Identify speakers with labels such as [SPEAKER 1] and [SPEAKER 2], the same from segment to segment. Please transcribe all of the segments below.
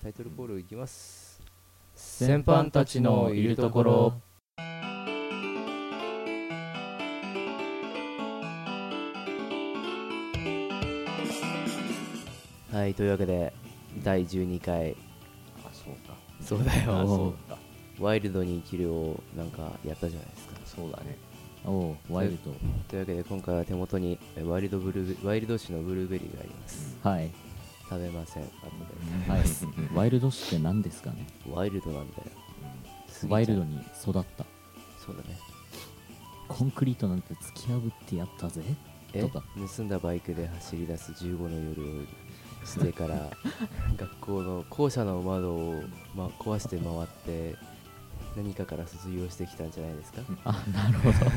[SPEAKER 1] タイトルコールいきます
[SPEAKER 2] 先般たちのいるところ
[SPEAKER 1] はいというわけで第12回
[SPEAKER 2] あそうか
[SPEAKER 1] そうだ
[SPEAKER 2] あそ
[SPEAKER 1] よ
[SPEAKER 2] うか
[SPEAKER 1] ワイルドに生きるをなんかやったじゃないですか
[SPEAKER 2] そうだね
[SPEAKER 3] おうワイルド
[SPEAKER 1] というわけで今回は手元にえワイルドブルーベワイルド種のブルーベリーがあります
[SPEAKER 3] はい
[SPEAKER 1] 食べません後で
[SPEAKER 3] はいワイルド種って何ですかね
[SPEAKER 1] ワイルドなんだよ
[SPEAKER 3] ワイルド
[SPEAKER 1] 杉
[SPEAKER 3] に育った
[SPEAKER 1] ちゃんそうだね
[SPEAKER 3] コンクリートなんて突き破ってやったぜ
[SPEAKER 1] え
[SPEAKER 3] とか
[SPEAKER 1] 盗んだバイクで走り出す15の夜をしてから学校の校舎の窓を、まあ、壊して回って何かから卒業してきたんじゃないですか
[SPEAKER 3] あなるほど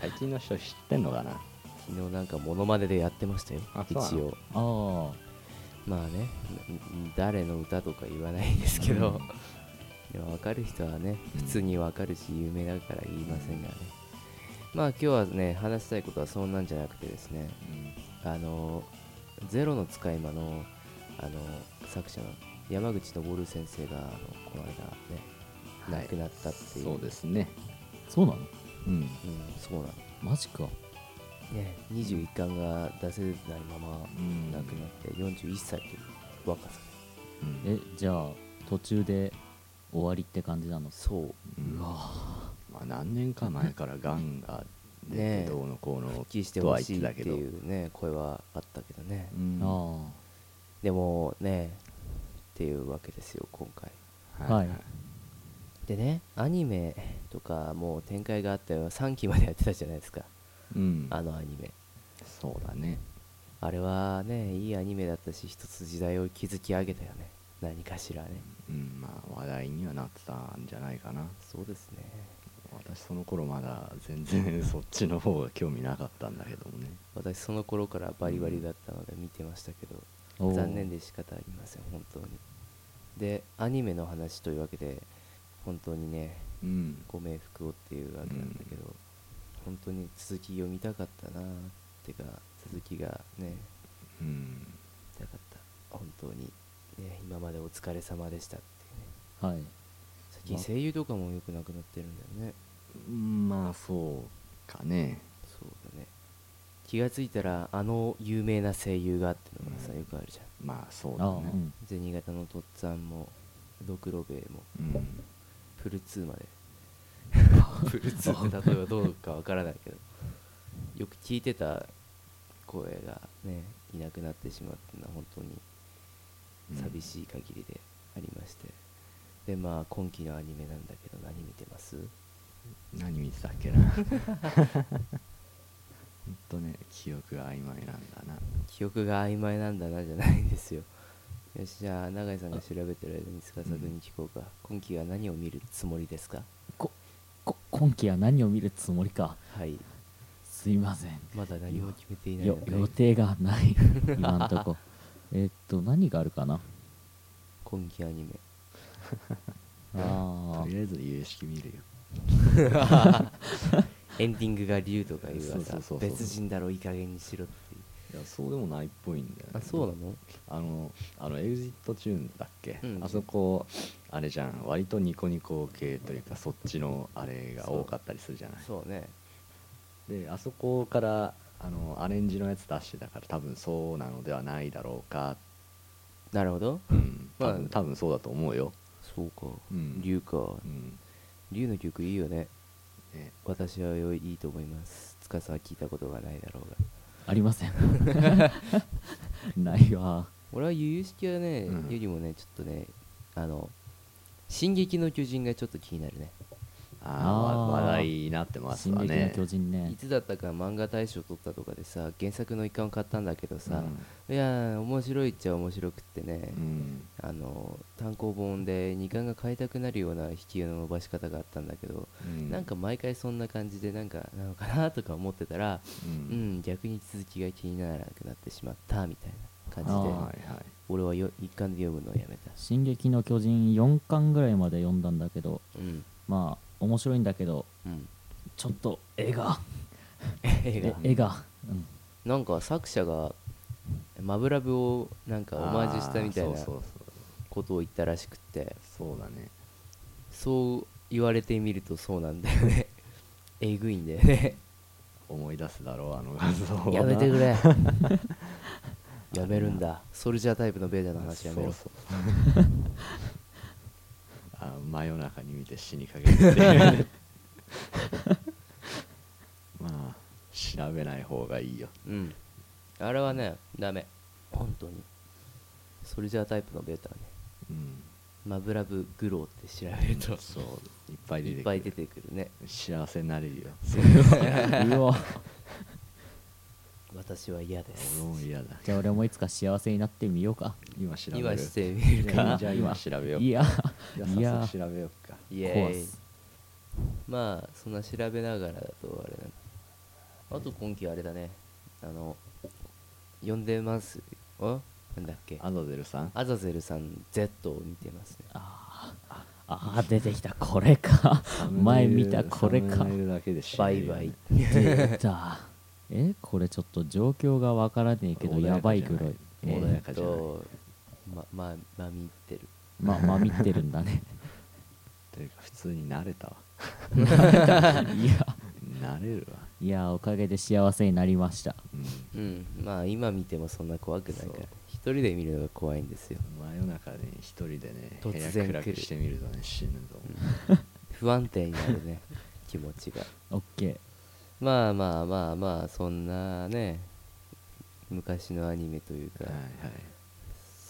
[SPEAKER 2] 最近の人知ってんのかな
[SPEAKER 1] 昨日なんかモノマネでやってましたよ
[SPEAKER 2] あ
[SPEAKER 1] 一
[SPEAKER 2] そうなの
[SPEAKER 1] 応
[SPEAKER 3] あ
[SPEAKER 1] まあねん誰の歌とか言わないですけどでも分かる人はね普通に分かるし有名だから言いませんがねまあ今日はね話したいことはそんなんじゃなくてですねあの「ゼロの使い魔の」あの作者の山口昇先生があのこの間ね
[SPEAKER 2] はい
[SPEAKER 1] 亡くなったっていう、
[SPEAKER 2] そうですね
[SPEAKER 3] あそうなの
[SPEAKER 2] うん
[SPEAKER 1] うん、そうなの
[SPEAKER 3] マジか
[SPEAKER 1] ね21巻が出せないまま亡くなって41歳という若さ
[SPEAKER 3] えじゃあ途中で終わりって感じなの
[SPEAKER 1] そう
[SPEAKER 2] うん
[SPEAKER 3] うわ
[SPEAKER 2] まあ何年か前からがんが出て
[SPEAKER 1] ねえ
[SPEAKER 2] どうのこうの復
[SPEAKER 1] 復帰してほしいっていうね声はあったけどね、
[SPEAKER 3] あ
[SPEAKER 1] でもねっていうわけですよ今回
[SPEAKER 3] はい
[SPEAKER 1] でねアニメとかもう展開があったよ3期までやってたじゃないですか
[SPEAKER 2] うん
[SPEAKER 1] あのアニメ
[SPEAKER 2] そうだね
[SPEAKER 1] あれはねいいアニメだったし一つ時代を築き上げたよね何かしらね
[SPEAKER 2] うんまあ話題にはなってたんじゃないかな
[SPEAKER 1] そうですね
[SPEAKER 2] 私その頃まだ全然そっちの方が興味なかったんだけどもね
[SPEAKER 1] 私その頃からバリバリだったので見てましたけど
[SPEAKER 3] おう
[SPEAKER 1] 残念で仕方ありません本当にでアニメの話というわけで本当にね
[SPEAKER 2] うん
[SPEAKER 1] ご冥福をっていうわけなんだけど、本当に続き読みたかったなってか続きがね
[SPEAKER 2] うん
[SPEAKER 1] 見たかった本当にね今までお疲れ様でしたっていうね
[SPEAKER 3] はい
[SPEAKER 1] 最近声優とかもよくなくなってるんだよね
[SPEAKER 2] うんまあそうかね
[SPEAKER 1] そうだね気がついたらあの有名な声優がってのがさ、
[SPEAKER 2] うん
[SPEAKER 1] よくあるじゃん
[SPEAKER 2] まあそう
[SPEAKER 3] あ
[SPEAKER 2] だ
[SPEAKER 3] あ
[SPEAKER 2] ね
[SPEAKER 3] うん
[SPEAKER 1] 銭形のとっつぁんもドクロベイも
[SPEAKER 2] うん
[SPEAKER 1] プル2までプル2って例え ばどうかわからないけどよく聞いてた声がねいなくなってしまったのは本当に寂しい限りでありまして、でまあ今期のアニメなんだけど何見てます
[SPEAKER 2] 何見てたっけなほんとね記憶が曖昧なんだな
[SPEAKER 1] 記憶が曖昧なんだなじゃないんですよ よしじゃあ永井さんが調べてる間に司君に聞こうか、今期は何を見るつもりですか
[SPEAKER 3] ここ今期は何を見るつもりか
[SPEAKER 1] はい
[SPEAKER 3] すいません
[SPEAKER 1] まだ何も決めていない
[SPEAKER 3] よ
[SPEAKER 1] 中
[SPEAKER 3] 予定がない 今んとこえっと何があるかな
[SPEAKER 1] 今期アニメ
[SPEAKER 3] あ
[SPEAKER 2] とりあえず有識見るよ
[SPEAKER 1] エンディングが竜とかいう
[SPEAKER 2] そうそ
[SPEAKER 1] さ
[SPEAKER 2] うそうそう
[SPEAKER 1] 別人だろいい加減にしろっていう
[SPEAKER 2] いやそうでもないっぽいんだよ、ね、
[SPEAKER 1] あそうなの
[SPEAKER 2] あのあのエグジットチューンだっけ、
[SPEAKER 1] うん
[SPEAKER 2] あそこあれじゃん割とニコニコ系というかそっちのあれが多かったりするじゃない
[SPEAKER 1] そうね
[SPEAKER 2] であそこからあのアレンジのやつ出してたから多分そうなのではないだろうか、
[SPEAKER 1] なるほど
[SPEAKER 2] うん、
[SPEAKER 1] まあ
[SPEAKER 2] 多分多分そうだと思うよ、
[SPEAKER 1] そうか
[SPEAKER 2] うん
[SPEAKER 1] 竜か
[SPEAKER 2] うん
[SPEAKER 1] 竜の曲いいよね
[SPEAKER 2] ね、
[SPEAKER 1] 私は良いいいと思います司は聞いたことがないだろうが
[SPEAKER 3] ありま せんないわ
[SPEAKER 1] 俺は由々式はね、
[SPEAKER 2] うん
[SPEAKER 1] よりもねちょっとねあの「進撃の巨人」がちょっと気になるね、
[SPEAKER 2] あ
[SPEAKER 3] あ
[SPEAKER 2] あ
[SPEAKER 3] ー
[SPEAKER 2] 話題になってます
[SPEAKER 3] 進
[SPEAKER 2] わ
[SPEAKER 3] 撃の
[SPEAKER 2] ね
[SPEAKER 3] 巨人
[SPEAKER 1] い
[SPEAKER 3] ね
[SPEAKER 1] つだったか漫画大賞取ったとかでさ原作の一巻を買ったんだけどさ、
[SPEAKER 2] うん
[SPEAKER 1] いやー面白いっちゃ面白くってね、
[SPEAKER 2] うん
[SPEAKER 1] あの単行本で2巻が買いたくなるような引きの伸ばし方があったんだけど、
[SPEAKER 2] うん
[SPEAKER 1] なんか毎回そんな感じでなんかなのかなとか思ってたら、
[SPEAKER 2] う
[SPEAKER 1] うん
[SPEAKER 2] ん
[SPEAKER 1] 逆に続きが気にならなくなってしまったみたいな感
[SPEAKER 2] あー
[SPEAKER 1] じで
[SPEAKER 3] あ
[SPEAKER 2] はいはい
[SPEAKER 1] 俺はよ一巻で読むのをやめた
[SPEAKER 3] 「進撃の巨人」4巻ぐらいまで読んだんだけど
[SPEAKER 1] うん
[SPEAKER 3] まあ面白いんだけど
[SPEAKER 1] うん
[SPEAKER 3] ちょっと絵が
[SPEAKER 1] 映
[SPEAKER 3] え
[SPEAKER 1] 画
[SPEAKER 3] 絵が、うん、
[SPEAKER 1] なんか作者がマブラブをなんかオマージュしたみたいな
[SPEAKER 2] あーそうそう
[SPEAKER 1] ことを言ったらしくって
[SPEAKER 2] そうだね
[SPEAKER 1] そう言われてみるとそうなんだよね えぐいんだよね
[SPEAKER 2] 思い出すだろうあの画像は
[SPEAKER 1] やめてくれやめるんだソルジャータイプのベーダの話やめろ
[SPEAKER 2] そうそうあ真夜中に見て死にかけるっていう まあ調べない方がいいよ
[SPEAKER 1] うんあれはねダメ本当にソルジャータイプのベータはね
[SPEAKER 2] うん
[SPEAKER 1] マブラブグローって調べると
[SPEAKER 2] そういっぱい出てくる
[SPEAKER 1] いっぱい出てくるね
[SPEAKER 2] 幸せになれるよ
[SPEAKER 3] うわ
[SPEAKER 1] 私は嫌です
[SPEAKER 2] 俺も嫌だ
[SPEAKER 3] じゃあ俺もいつか幸せになってみようか
[SPEAKER 2] 今調べる
[SPEAKER 1] 今してみる
[SPEAKER 2] いや
[SPEAKER 1] か
[SPEAKER 2] じゃあ今調べよう
[SPEAKER 3] いや
[SPEAKER 2] い
[SPEAKER 3] い
[SPEAKER 2] や早
[SPEAKER 3] や
[SPEAKER 2] 速調べようか
[SPEAKER 1] イ
[SPEAKER 3] 怖
[SPEAKER 1] エ
[SPEAKER 3] い
[SPEAKER 1] ーイまあそんな調べながらだとあれだなあと今期あれだねあの呼んでますあなんだっけ
[SPEAKER 2] アザゼルさん
[SPEAKER 1] アザゼルさん Z を見てますね
[SPEAKER 3] あーあー出てきたこれか前見たこれ
[SPEAKER 2] サ
[SPEAKER 3] か
[SPEAKER 2] ムネイルだけで知
[SPEAKER 1] バ
[SPEAKER 2] れ
[SPEAKER 1] イ
[SPEAKER 2] るよ
[SPEAKER 1] バ
[SPEAKER 2] ね
[SPEAKER 1] イ
[SPEAKER 3] 出たえこれちょっと状況がわからねえけどやばいぐらい
[SPEAKER 2] 穏やかじゃない
[SPEAKER 3] え
[SPEAKER 1] えっとまままみってる
[SPEAKER 3] ーままみってるんだね
[SPEAKER 2] というか普通に慣れたわ
[SPEAKER 3] いや
[SPEAKER 2] 慣れるわ
[SPEAKER 3] いやおかげで幸せになりました
[SPEAKER 2] うん
[SPEAKER 1] うんまあ今見てもそんな怖くないか
[SPEAKER 2] そ
[SPEAKER 1] ら
[SPEAKER 2] う
[SPEAKER 1] 一人で見るのが怖いんですよ
[SPEAKER 2] 真夜中に一人でね部
[SPEAKER 1] 突
[SPEAKER 2] 屋
[SPEAKER 1] 然
[SPEAKER 2] 暗
[SPEAKER 1] 来
[SPEAKER 2] く
[SPEAKER 1] る
[SPEAKER 2] してみるとね死ぬぞ
[SPEAKER 1] 不安定になる ね気持ちが
[SPEAKER 3] オッケー
[SPEAKER 1] まあまあまあまあそんなね昔のアニメというか、
[SPEAKER 2] はいはい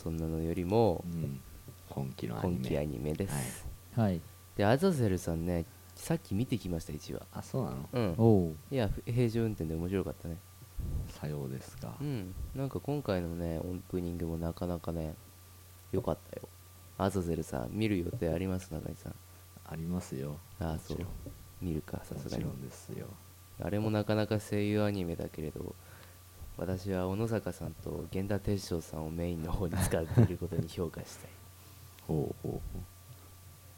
[SPEAKER 1] そんなのよりも
[SPEAKER 2] うん本気のアニ
[SPEAKER 1] 今
[SPEAKER 2] メ
[SPEAKER 1] 期アニメです、
[SPEAKER 2] はい
[SPEAKER 3] はい
[SPEAKER 1] でアザゼルさんねさっき見てきました1話
[SPEAKER 2] あそうなの
[SPEAKER 1] うん
[SPEAKER 3] おお
[SPEAKER 1] いやふ平常運転で面白かったね
[SPEAKER 2] さようですか
[SPEAKER 1] うんなんか今回のねオープニングもなかなかね良かったよアザゼルさん見る予定あります中井さん
[SPEAKER 2] ありますよ
[SPEAKER 1] ああ
[SPEAKER 2] も
[SPEAKER 1] そ
[SPEAKER 2] ち
[SPEAKER 1] う
[SPEAKER 2] ろん
[SPEAKER 1] 見るかさ
[SPEAKER 2] も
[SPEAKER 1] すが
[SPEAKER 2] ち
[SPEAKER 1] に
[SPEAKER 2] ろんですよ
[SPEAKER 1] あれもなかなか声優アニメだけれど私は小野坂さんと源田鉄章さんをメインの方に使っていることに評価 したい
[SPEAKER 2] ほうほう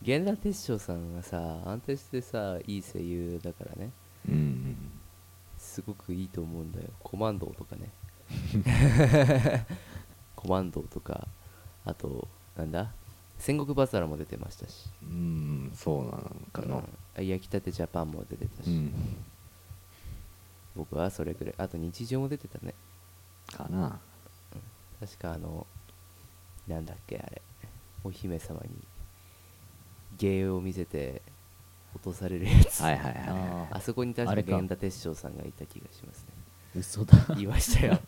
[SPEAKER 1] 源田鉄章さんはさ安定してさいい声優だからね
[SPEAKER 2] ほううん
[SPEAKER 1] すごくいいと思うんだよコマンドーとか ねコマンドーとかあとなんだ戦国バサラも出てましたし
[SPEAKER 2] うんそうなのかな
[SPEAKER 1] うん焼きたてジャパンも出てたし、
[SPEAKER 2] うん
[SPEAKER 1] 僕はそれくらいあと日常も出てたね
[SPEAKER 2] かな
[SPEAKER 1] 確かあのなんだっけあれお姫様に芸を見せて落とされるやつ、
[SPEAKER 2] はいはいはいはい
[SPEAKER 3] あ
[SPEAKER 1] あそこに確
[SPEAKER 3] あ
[SPEAKER 1] か
[SPEAKER 3] れか
[SPEAKER 1] 源田鉄章さんがいた気がしますね
[SPEAKER 3] 嘘だ
[SPEAKER 1] 言いましたよ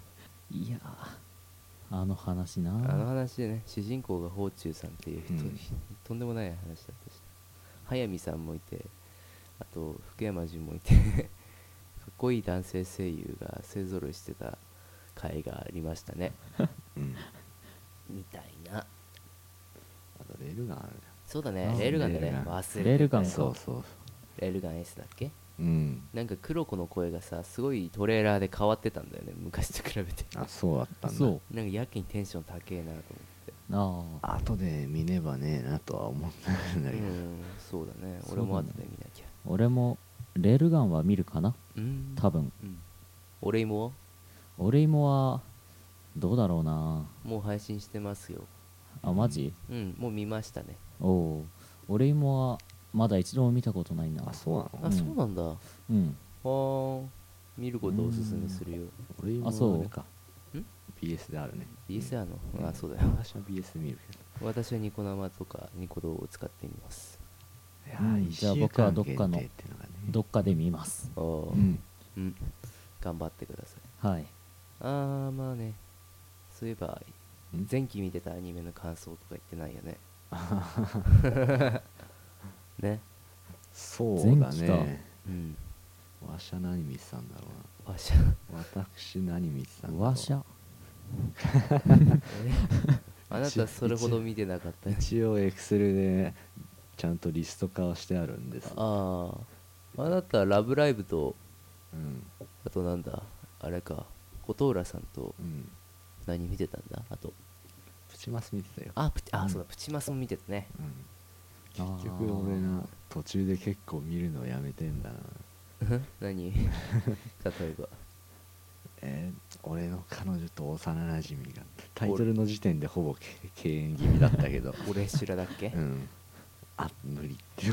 [SPEAKER 3] いやーあの話な
[SPEAKER 1] あの話でね主人公が宝忠さんっていう人、
[SPEAKER 2] うん
[SPEAKER 1] とんでもない話だったし速水さんもいてあと福山潤もいて かっこいい男性声優が勢ぞろいしてた回がありましたね
[SPEAKER 2] うん
[SPEAKER 1] みたいな
[SPEAKER 2] あとレールガンある
[SPEAKER 1] そうだ
[SPEAKER 3] あ
[SPEAKER 1] ね
[SPEAKER 3] ー
[SPEAKER 1] レールガンだ
[SPEAKER 2] レール
[SPEAKER 1] ね
[SPEAKER 2] ガ
[SPEAKER 1] 忘
[SPEAKER 2] ン
[SPEAKER 1] れてた
[SPEAKER 3] レールガン
[SPEAKER 2] じゃん
[SPEAKER 3] か
[SPEAKER 2] そうそう
[SPEAKER 1] レールガン S だっけ
[SPEAKER 2] うん
[SPEAKER 1] なんか黒子の声がさすごいトレーラーで変わってたんだよね昔と比べて
[SPEAKER 2] あそうだったんだ
[SPEAKER 3] そう
[SPEAKER 1] なんかやけにテンション高えなと思って
[SPEAKER 3] ああ
[SPEAKER 2] 後で見ねばねえなとは思ったんだ
[SPEAKER 1] う
[SPEAKER 2] けど
[SPEAKER 1] んそうだね
[SPEAKER 3] そ
[SPEAKER 1] 俺
[SPEAKER 3] うだね
[SPEAKER 1] も後で見なきゃ
[SPEAKER 3] 俺もレールガンは見るかな
[SPEAKER 1] うん
[SPEAKER 3] 多分
[SPEAKER 1] うん俺も
[SPEAKER 3] 俺もはどうだろうな
[SPEAKER 1] もう配信してますよ
[SPEAKER 3] あマジ
[SPEAKER 1] うんもう見ましたね
[SPEAKER 3] おお俺もはまだ一度も見たことないな
[SPEAKER 2] あそうなの
[SPEAKER 1] あ、
[SPEAKER 3] うん
[SPEAKER 1] そうなんだあ
[SPEAKER 3] うん
[SPEAKER 1] ー見ることをおすすめするよ
[SPEAKER 2] 俺も
[SPEAKER 3] あそう
[SPEAKER 2] あれか
[SPEAKER 1] ん
[SPEAKER 2] BS であるね
[SPEAKER 1] BS あの
[SPEAKER 2] うん
[SPEAKER 1] あそうだよ
[SPEAKER 2] 私は BS で見るけど
[SPEAKER 1] 私はニコ生とかニコ動を使ってみます
[SPEAKER 2] いや
[SPEAKER 3] うん
[SPEAKER 2] ー
[SPEAKER 3] じゃあ僕はどっかの
[SPEAKER 2] 一週間限定っていうのがね
[SPEAKER 3] どっかで見ます
[SPEAKER 1] あー
[SPEAKER 2] うん
[SPEAKER 1] うん頑張ってください
[SPEAKER 3] はい
[SPEAKER 1] あーまあねそういえば
[SPEAKER 2] ん
[SPEAKER 1] 前期見てたアニメの感想とか言ってないよね ね
[SPEAKER 2] そうだ
[SPEAKER 3] 前期か
[SPEAKER 2] ね
[SPEAKER 1] うん
[SPEAKER 2] わしゃ何見てたんだろ
[SPEAKER 1] わしゃ
[SPEAKER 2] うな私何見てたんだろう
[SPEAKER 3] わしゃ
[SPEAKER 1] えあなたそれほど見てなかったよ
[SPEAKER 2] 一応エクセルでちゃんとリスト化はしてあるんです
[SPEAKER 1] あああなたラブライブと
[SPEAKER 2] うん
[SPEAKER 1] あとなんだあれか琴浦さんと
[SPEAKER 2] うん
[SPEAKER 1] 何見てたんだあと
[SPEAKER 2] プチマス見てたよ
[SPEAKER 1] あプチあ、
[SPEAKER 2] うん
[SPEAKER 1] そうだプチマスも見てたね
[SPEAKER 2] うん
[SPEAKER 3] あー
[SPEAKER 2] 結局俺な途中で結 構見るのやめてんだな
[SPEAKER 1] 何例えば
[SPEAKER 2] えー俺の彼女と幼馴染がタイトルの時点でほぼけ敬遠気味だったけど、
[SPEAKER 1] 俺修羅だっけ、
[SPEAKER 2] うん、あ無理って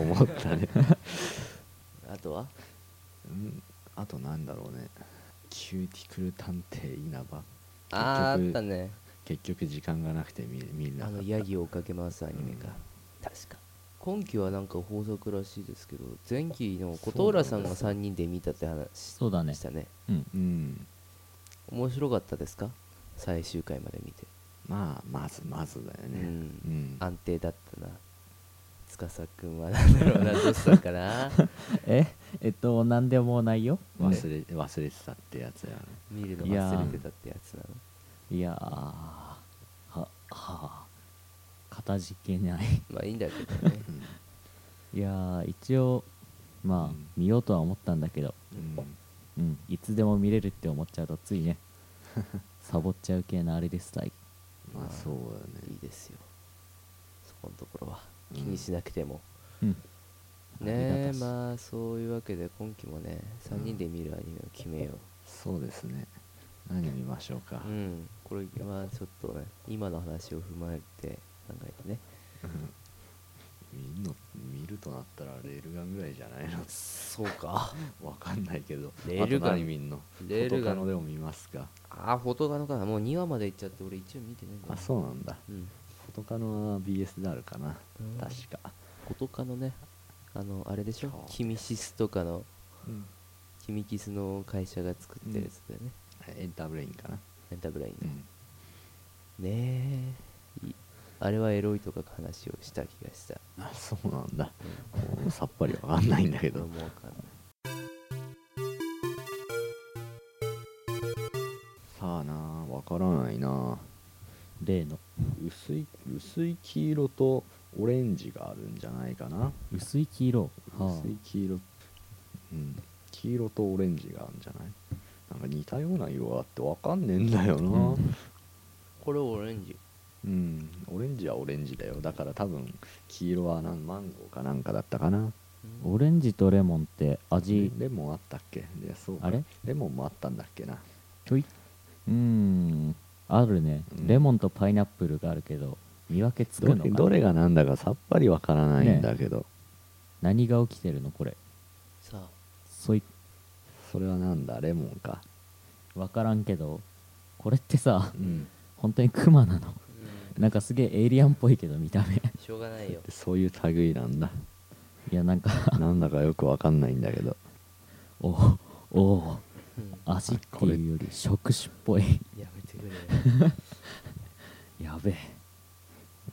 [SPEAKER 2] 思っ たね、
[SPEAKER 1] あとは
[SPEAKER 2] うん、あとなんだろうねキューティクル探偵稲葉
[SPEAKER 1] あーあ
[SPEAKER 2] 結
[SPEAKER 1] った
[SPEAKER 2] 局
[SPEAKER 1] ね
[SPEAKER 2] 結局時間がなくて見見れな
[SPEAKER 1] あ
[SPEAKER 2] かっ
[SPEAKER 1] の
[SPEAKER 2] た
[SPEAKER 1] ヤギを追っかけ回すアニメか、
[SPEAKER 2] うん
[SPEAKER 1] 確か今期はなんか豊作らしいですけど前期の琴浦さんが3人で見たって話
[SPEAKER 3] そうだね
[SPEAKER 1] でしたね
[SPEAKER 3] うん
[SPEAKER 2] うん
[SPEAKER 1] 面白かったですか最終回まで見て、
[SPEAKER 2] まあまずまずだよ
[SPEAKER 1] う
[SPEAKER 2] ね、うんん
[SPEAKER 1] 安定だったな司くんはなんだろうなどうしたか な
[SPEAKER 3] ええっと何でもないよ
[SPEAKER 2] 忘れ忘れてたってやつやね
[SPEAKER 1] 見るの
[SPEAKER 3] いやー
[SPEAKER 1] 忘れてたってやつなの
[SPEAKER 3] いやーははあかたじけない
[SPEAKER 1] まあいいんだけどね
[SPEAKER 3] いやー一応まあ、
[SPEAKER 2] うん
[SPEAKER 3] 見ようとは思ったんだけど
[SPEAKER 2] うん、うん
[SPEAKER 3] うんいつでも見れるって思っちゃうとつい ねサボっちゃう系のあれですタイ
[SPEAKER 2] まあそうだ
[SPEAKER 1] いい
[SPEAKER 2] ね
[SPEAKER 1] ですよそこのところは
[SPEAKER 2] うん
[SPEAKER 1] 気にしなくても、
[SPEAKER 3] うん
[SPEAKER 1] ね
[SPEAKER 3] ありが
[SPEAKER 1] え
[SPEAKER 3] たし
[SPEAKER 1] まあそういうわけで今期もね3人で見るアニメを決めよう
[SPEAKER 2] そうですね何見ましょうか、
[SPEAKER 1] うん、これはちょっとね今の話を踏まえて考えてね
[SPEAKER 2] 見んの見るとなったらレールガンぐらいじゃないの
[SPEAKER 1] そうか
[SPEAKER 2] わかんないけど
[SPEAKER 1] レールガン
[SPEAKER 2] あと何見んの
[SPEAKER 1] レールガン
[SPEAKER 2] フォトカノでも見ますか
[SPEAKER 1] ああフォトガノかなもう2話まで行っちゃって俺一応見てないんだ
[SPEAKER 2] あそうなんだ
[SPEAKER 1] うん
[SPEAKER 2] フォトカノは BS であるかな、
[SPEAKER 1] うん
[SPEAKER 2] 確か、
[SPEAKER 1] フォトカノねあのあれでし
[SPEAKER 2] そう
[SPEAKER 1] ょキミシスとかのキミキスの会社が作ってるやつだよね、
[SPEAKER 2] エンターブレインかな、
[SPEAKER 1] エンターブライン
[SPEAKER 2] う
[SPEAKER 1] の、
[SPEAKER 2] ん
[SPEAKER 1] ねえいあれはエロいとか話をした気がした
[SPEAKER 2] あそうなんだもうさっぱりわかんないんだけ
[SPEAKER 1] どう
[SPEAKER 2] ど
[SPEAKER 1] もわかんない
[SPEAKER 2] さあなあわからないなあ
[SPEAKER 3] 例の
[SPEAKER 2] 薄い薄い黄色とオレンジがあるんじゃないかな
[SPEAKER 3] 薄い黄色、は
[SPEAKER 2] 薄い黄色、うん黄色とオレンジがあるんじゃないなんか似たような色があってわかんねえんだよ
[SPEAKER 3] あ
[SPEAKER 2] な、
[SPEAKER 1] これオレンジ
[SPEAKER 2] うん、オレンジはオレンジだよだから多分黄色はなんマンゴーかなんかだったかな
[SPEAKER 1] うん
[SPEAKER 3] オレンジとレモンって味
[SPEAKER 2] レモンあったっけいやそうか
[SPEAKER 3] あれ
[SPEAKER 2] レモンもあったんだっけな
[SPEAKER 3] ちょいうーんあるね、
[SPEAKER 2] うん
[SPEAKER 3] レモンとパイナップルがあるけど見分けつく
[SPEAKER 2] ど
[SPEAKER 3] のか
[SPEAKER 2] れ
[SPEAKER 3] な
[SPEAKER 2] どれがなんだかさっぱりわからないんだけど、
[SPEAKER 3] 何が起きてるのこれ
[SPEAKER 1] さあ
[SPEAKER 3] そい
[SPEAKER 2] それはなんだレモンか
[SPEAKER 3] 分からんけどこれってさ
[SPEAKER 2] うん
[SPEAKER 3] 本当にクマなの
[SPEAKER 1] うん
[SPEAKER 3] なんかすげえエイリアンっぽいけど見た目い
[SPEAKER 1] しょうがない よ
[SPEAKER 2] でそういう類なん だ
[SPEAKER 3] やなんか
[SPEAKER 2] なんだかよくわかんないんだけど
[SPEAKER 3] おおお
[SPEAKER 1] うん
[SPEAKER 3] 足っていうより触手っぽい
[SPEAKER 1] やめてくれよ
[SPEAKER 3] やべえ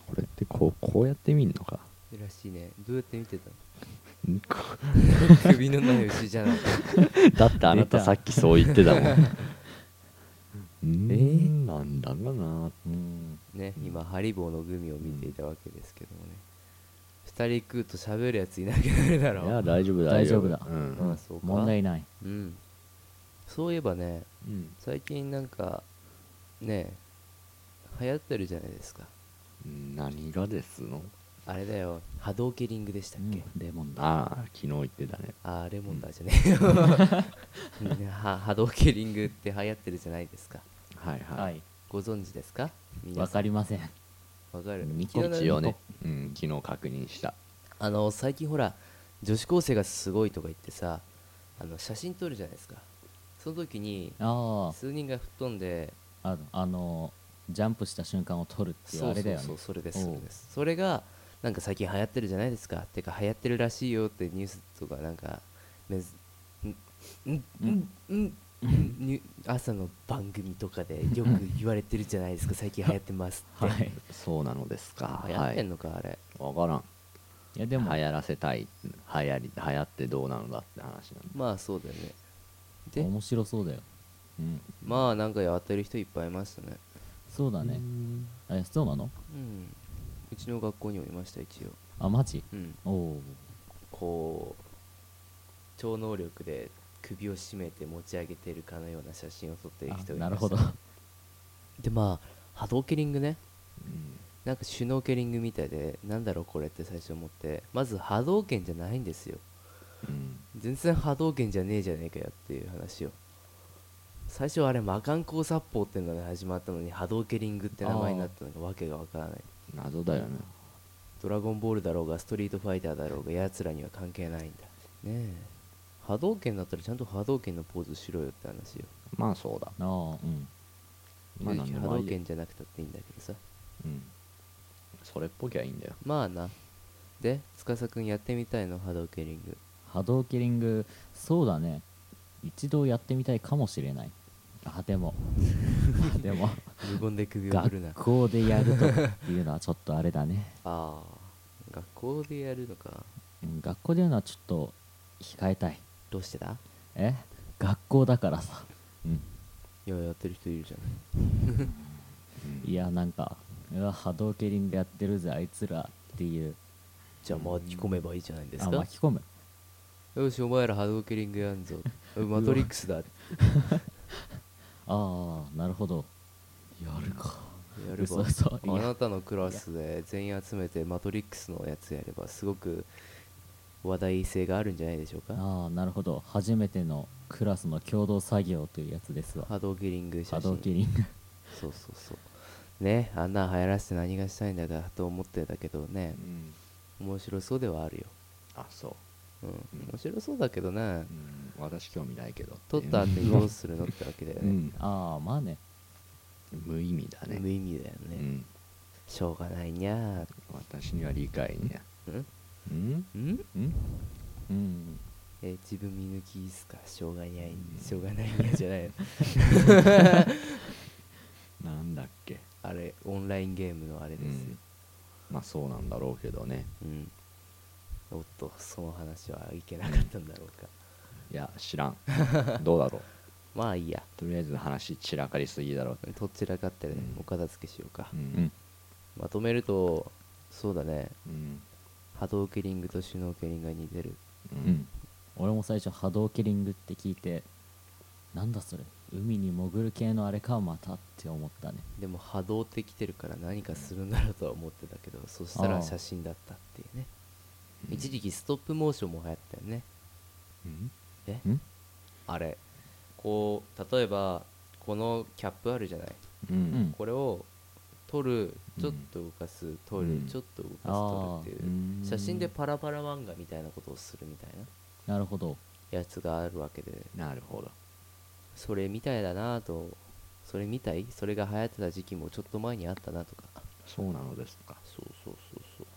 [SPEAKER 2] これってこうこうやって見んのか
[SPEAKER 1] らしいねどうやって見てたの
[SPEAKER 2] んこ
[SPEAKER 1] 首のない牛じゃない
[SPEAKER 2] だってあなた
[SPEAKER 3] 出た
[SPEAKER 2] さっきそう言ってたも んうん
[SPEAKER 3] えー
[SPEAKER 2] なんだかな
[SPEAKER 3] うーん
[SPEAKER 1] ね
[SPEAKER 2] うん
[SPEAKER 1] 今ハリボーのグミを見ていたわけですけどもね二人食うと喋るやついなくなるだろ
[SPEAKER 2] いや大丈夫
[SPEAKER 3] 大丈夫だ
[SPEAKER 2] うん
[SPEAKER 1] まあそうか
[SPEAKER 3] 問題ない
[SPEAKER 1] うんそういえばね
[SPEAKER 2] うん
[SPEAKER 1] 最近なんかね流行ってるじゃないですか
[SPEAKER 2] 何がですの
[SPEAKER 1] あれだよ波動ケリングでしたっけ、
[SPEAKER 3] うんレモンだ
[SPEAKER 2] ああ昨日言ってたね
[SPEAKER 1] あーレモンだじゃねえよね は波動ケリングって流行ってるじゃないですか
[SPEAKER 2] はいは、
[SPEAKER 3] はいい
[SPEAKER 1] ご存知ですか
[SPEAKER 3] わか
[SPEAKER 1] る
[SPEAKER 3] りません
[SPEAKER 1] わかる
[SPEAKER 2] 日
[SPEAKER 1] 昨日の
[SPEAKER 2] 一応ね、うん、昨日確認した
[SPEAKER 1] あの最近ほら女子高生がすごいとか言ってさあの写真撮るじゃないですかその時に
[SPEAKER 3] ああ
[SPEAKER 1] 数人が吹っ飛んで
[SPEAKER 3] あのあのジャンプした瞬間を撮るっていう
[SPEAKER 1] そ
[SPEAKER 3] あ
[SPEAKER 1] うそ
[SPEAKER 3] れだよ
[SPEAKER 1] う
[SPEAKER 3] ね
[SPEAKER 1] そうそれです
[SPEAKER 3] お
[SPEAKER 1] そうれですそれがなんか最近流行ってるじゃないですかてか流行ってるらしいよってニュースとかなんかめずんんんん んに朝の番組とかでよく言われてるじゃないですか最近流行ってますって、
[SPEAKER 3] はい
[SPEAKER 2] そうなのですか
[SPEAKER 1] 流行ってんのか、あれ
[SPEAKER 2] はい、分からん
[SPEAKER 3] いやで
[SPEAKER 2] で
[SPEAKER 3] も
[SPEAKER 2] も流行らせたい流行り流行ってどうなのだって話なんだ
[SPEAKER 1] まあそうだよねで
[SPEAKER 3] 面白そうだようん
[SPEAKER 1] まあなんかやってる人いっぱいいましたね
[SPEAKER 3] そうだねえそうなの
[SPEAKER 1] うんうちの学校にもいました一応
[SPEAKER 3] あマジ
[SPEAKER 1] うん
[SPEAKER 3] おお
[SPEAKER 1] こう超能力で首を絞めて持ち上げてるかのような写真を撮ってる人がいま
[SPEAKER 3] な
[SPEAKER 1] した
[SPEAKER 3] るほど
[SPEAKER 1] でまあ波動ケリングね
[SPEAKER 2] うん
[SPEAKER 1] なんかシュノーケリングみたいでなんだろうこれって最初思ってまず波動拳じゃないんですよ
[SPEAKER 2] うん
[SPEAKER 1] 全然波動拳じゃねえじゃねえかよっていう話を最初あれ魔漢光殺法っていうので始まったのに波動ケリングって名前になったのがわけがわからない
[SPEAKER 2] 謎だよね
[SPEAKER 1] ドラゴンボールだろうがストリートファイターだろうがやつらには関係ないんだねえ波動拳だったらちゃんと波動拳のポーズしろよって話よ、
[SPEAKER 2] まあそうだ
[SPEAKER 3] ああうん
[SPEAKER 2] まあなんでも
[SPEAKER 1] 波動
[SPEAKER 2] あり
[SPEAKER 1] 拳じゃなくたっていいんだけどさ
[SPEAKER 2] うんそれっぽきゃいいんだよ
[SPEAKER 1] まあなで司くんやってみたいの波動ケリング
[SPEAKER 3] 波動キリングそうだね一度やってみたいかもしれないあ でもあでも
[SPEAKER 1] 無言で首を振るな
[SPEAKER 3] 学校でやるとかっていうのはちょっとあれだね、
[SPEAKER 1] ああ学校でやるのか
[SPEAKER 3] うん、学校でやるのはちょっと控えたい
[SPEAKER 1] どうしてだ
[SPEAKER 3] え学校だからさ、うん、
[SPEAKER 1] いややってる人いるじゃない
[SPEAKER 3] いやなんかうわ波動キリングやってるぜあいつらっていう
[SPEAKER 1] じゃあ巻き込めばいいじゃないです
[SPEAKER 3] あ
[SPEAKER 1] か、
[SPEAKER 3] 巻き込む
[SPEAKER 1] よしお前ら波動ケリングやんぞうんマトリックスだや
[SPEAKER 3] ああなるほどやるか
[SPEAKER 1] れば
[SPEAKER 3] 嘘嘘いや
[SPEAKER 1] あなたのクラスで全員集めてマトリックスのやつやればすごく話題性があるんじゃないでしょうか
[SPEAKER 3] ああなるほど初めてのクラスの共同作業というやつですわ
[SPEAKER 1] 波動ケリング写真
[SPEAKER 3] 波動キリング
[SPEAKER 1] そうそうそうねあんな流行らせて何がしたいんだかと思ってたけどね
[SPEAKER 2] うん
[SPEAKER 1] 面白そうではあるよ
[SPEAKER 2] あそう
[SPEAKER 1] うん
[SPEAKER 2] うん
[SPEAKER 1] 面白そうだけどな
[SPEAKER 2] うん私興味ないけど
[SPEAKER 1] 撮った後にどうするのってわけだよ
[SPEAKER 2] う
[SPEAKER 1] ね
[SPEAKER 2] ん
[SPEAKER 3] ああまあね
[SPEAKER 2] 無意味だね
[SPEAKER 1] 無意味だよ
[SPEAKER 2] う
[SPEAKER 1] ね
[SPEAKER 2] ん
[SPEAKER 1] しょうがないにゃ
[SPEAKER 2] 私には理解ね
[SPEAKER 1] ー
[SPEAKER 2] うん
[SPEAKER 1] うんん
[SPEAKER 2] うん
[SPEAKER 3] うん
[SPEAKER 1] えー自分見抜きっすかしょうがないしょうがないにゃじゃないよ
[SPEAKER 2] なんだっけ
[SPEAKER 1] あれオンラインゲームのあれですよ
[SPEAKER 2] うんまあそうなんだろうけどね
[SPEAKER 1] うん、おっとその話はいけなかったんだろうか
[SPEAKER 2] いや 知らんどうだろう
[SPEAKER 1] まあいいや
[SPEAKER 2] とりあえず話散らかりすぎだろう
[SPEAKER 1] どちらかってね
[SPEAKER 2] うん
[SPEAKER 1] お片付けしようか、
[SPEAKER 2] う
[SPEAKER 3] うん
[SPEAKER 2] ん
[SPEAKER 1] まとめるとそうだね
[SPEAKER 2] うん
[SPEAKER 1] 波動ケリングとシュノーケリングが似てる
[SPEAKER 2] う
[SPEAKER 3] うん、俺も最初波動キリングって聞いてなんだそれ海に潜る系のあれかまたって思ったね
[SPEAKER 1] でも波動ってきてるから何かするんだろうとは思ってたけどそした
[SPEAKER 3] あ
[SPEAKER 1] ら
[SPEAKER 3] あ
[SPEAKER 1] 写真だったっていうね
[SPEAKER 2] うん
[SPEAKER 1] 一時期ストップモーションも流行ったよね
[SPEAKER 2] うん
[SPEAKER 1] え
[SPEAKER 3] ん
[SPEAKER 1] あれこう例えばこのキャップあるじゃない
[SPEAKER 2] うん
[SPEAKER 1] これを取る
[SPEAKER 2] うん
[SPEAKER 1] ちょっと動かす、取る、
[SPEAKER 2] うん
[SPEAKER 1] ちょっと動かす取るって
[SPEAKER 3] あ
[SPEAKER 1] いう
[SPEAKER 2] ー
[SPEAKER 1] 写真でパラパラ漫画みたいなことをするみたい
[SPEAKER 3] なるほど
[SPEAKER 1] なやつがあるわけで
[SPEAKER 2] なるほど
[SPEAKER 1] それみたいだなとそれみたいそれが流行ってた時期もちょっと前にあったなとか
[SPEAKER 2] そうなのですか
[SPEAKER 1] そうそうそうそう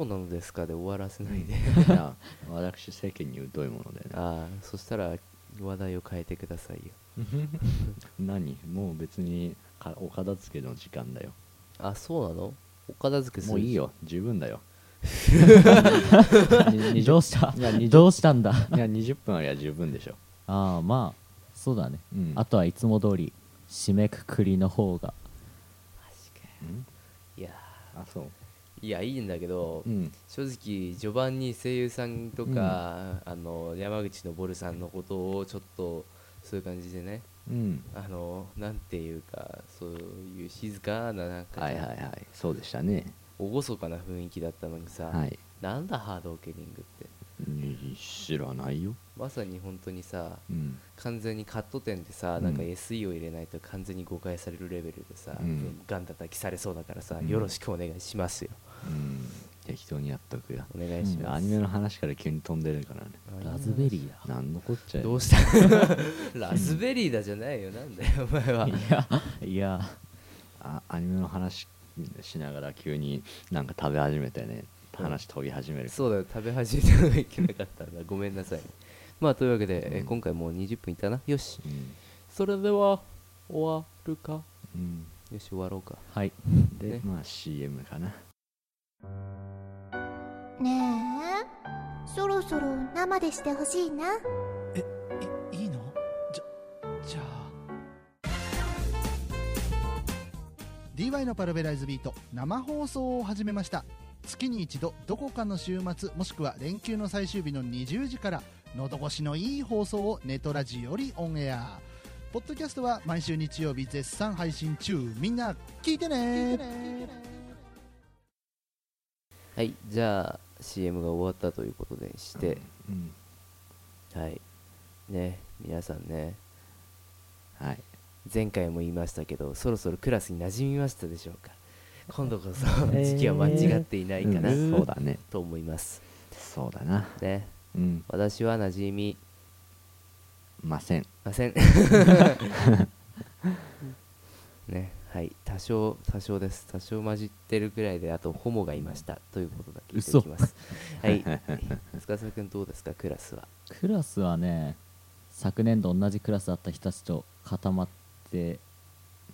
[SPEAKER 1] そうなのですかで終わらせない で
[SPEAKER 2] いや私世間に疎いものでね
[SPEAKER 1] ああそしたら話題を変えてくださいよ
[SPEAKER 2] 何もう別にかお片付けの時間だよ
[SPEAKER 1] あそうなのお片付けする
[SPEAKER 2] もういいよ十分だよ に
[SPEAKER 3] どうした
[SPEAKER 2] いや20
[SPEAKER 3] どうしたんだ
[SPEAKER 2] いや20分ありゃ十分でしょ
[SPEAKER 3] ああまあそうだね、
[SPEAKER 2] うん
[SPEAKER 3] あとはいつも通り締めくくりの方が
[SPEAKER 1] マジかよ
[SPEAKER 2] うん
[SPEAKER 1] いや
[SPEAKER 2] あそう
[SPEAKER 1] いやいいんだけど、
[SPEAKER 2] うん
[SPEAKER 1] 正直序盤に声優さんとか、あの山口昇さんのことをちょっとそういう感じでね
[SPEAKER 2] うん
[SPEAKER 1] あのなんていうかそういう静かななんか、
[SPEAKER 2] はいはいはいそうでしたね
[SPEAKER 1] 厳かな雰囲気だったのにさ、
[SPEAKER 2] はい
[SPEAKER 1] なんだハードケリングって
[SPEAKER 2] うん知らないよ
[SPEAKER 1] まさに本当にさ
[SPEAKER 2] うん
[SPEAKER 1] 完全にカット点でさ、
[SPEAKER 2] うん
[SPEAKER 1] なんか SE を入れないと完全に誤解されるレベルでさ、
[SPEAKER 2] うん
[SPEAKER 1] ガン叩きされそうだからさ、
[SPEAKER 2] うん
[SPEAKER 1] よろしくお願いしますよ
[SPEAKER 2] うん適当にやっとくよ
[SPEAKER 1] お願いします、
[SPEAKER 2] アニメの話から急に飛んでるからね
[SPEAKER 3] ラズベリーだ
[SPEAKER 2] なんのこっちゃよ
[SPEAKER 1] どうした ラズベリーだじゃないよなんだよお前 はい
[SPEAKER 3] やいや
[SPEAKER 2] あアニメの話しながら急になんか食べ始めてね話飛び始める
[SPEAKER 1] そうだよ食べ始めたのがいけなかったんだごめんなさいまあというわけで、えー
[SPEAKER 2] うん
[SPEAKER 1] 今回もう20分いったなよし
[SPEAKER 2] うん
[SPEAKER 1] それでは終わるか
[SPEAKER 2] うん
[SPEAKER 1] よし終わろうか
[SPEAKER 3] はい
[SPEAKER 2] で、
[SPEAKER 1] ね
[SPEAKER 2] まあ CM かな
[SPEAKER 4] ねえそろそろ生でしてほしいない
[SPEAKER 5] いいのじゃじゃあ
[SPEAKER 6] DY のパルベライズビート生放送を始めました月に一度どこかの週末もしくは連休の最終日の20時から喉越しのいい放送をネトラジよりオンエアポッドキャストは毎週日曜日絶賛配信中みんな聞いてね
[SPEAKER 1] はいじゃあ CM が終わったということでして、
[SPEAKER 2] うん
[SPEAKER 1] はいね皆さんね
[SPEAKER 2] はい
[SPEAKER 1] 前回も言いましたけどそろそろクラスに馴染みましたでしょうか今度こそ
[SPEAKER 3] えー
[SPEAKER 1] 時期は間違っていないかな、
[SPEAKER 2] うんそうだね
[SPEAKER 1] と思います
[SPEAKER 2] そうだな
[SPEAKER 1] ね
[SPEAKER 2] うん
[SPEAKER 1] 私は馴染み
[SPEAKER 2] ません
[SPEAKER 1] ません ねはい多少多少です多少混じってるくらいであとホモがいましたということだけ言っておきますはい 司君どうですかクラスは
[SPEAKER 3] クラスはね昨年度同じクラスだった人たちと固まって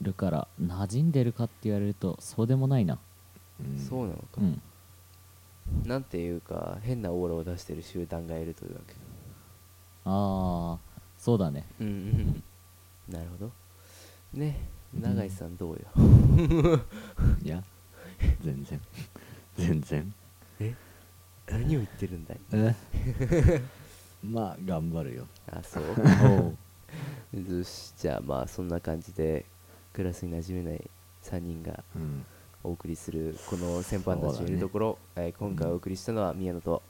[SPEAKER 3] るから馴染んでるかって言われるとそうでもないな
[SPEAKER 1] そう
[SPEAKER 2] う
[SPEAKER 1] なのか、
[SPEAKER 3] うん
[SPEAKER 1] なんていうか変なオーラを出してる集団がいるというわけ
[SPEAKER 3] ああそうだね
[SPEAKER 1] うんうんうんなるほどね永井さんどうよ、
[SPEAKER 2] んいや全然 全然
[SPEAKER 1] え何を言ってるんだい
[SPEAKER 2] えまあ頑張るよ
[SPEAKER 1] あそう
[SPEAKER 2] お
[SPEAKER 1] よしじゃあまあそんな感じでクラスに馴染めない3人が
[SPEAKER 2] うん
[SPEAKER 1] お送りするこの先輩たちのいるところ、えー今回お送りしたのは宮野と、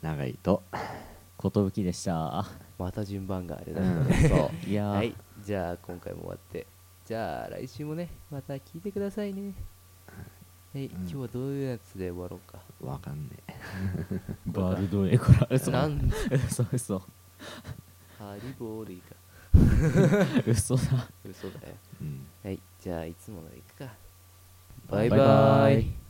[SPEAKER 2] 長いと
[SPEAKER 3] 寿でした
[SPEAKER 1] また順番があれだった
[SPEAKER 2] う ん
[SPEAKER 1] ね、
[SPEAKER 2] そう
[SPEAKER 3] いやー、
[SPEAKER 1] はいじゃあ今回も終わってじゃあ来週もねまた聞いてくださいねはい、今日はどういうやつで終わろうか
[SPEAKER 2] わかんねえ
[SPEAKER 3] バルドエコラ嘘
[SPEAKER 1] なんだ
[SPEAKER 3] 嘘嘘
[SPEAKER 1] ハリボールイカ
[SPEAKER 3] 嘘だ
[SPEAKER 1] 嘘だよ
[SPEAKER 2] うん
[SPEAKER 1] はいじゃあいつものいくかバ
[SPEAKER 3] バ
[SPEAKER 1] イ
[SPEAKER 3] イ
[SPEAKER 1] バ
[SPEAKER 3] バ
[SPEAKER 1] イ
[SPEAKER 3] イ
[SPEAKER 1] イ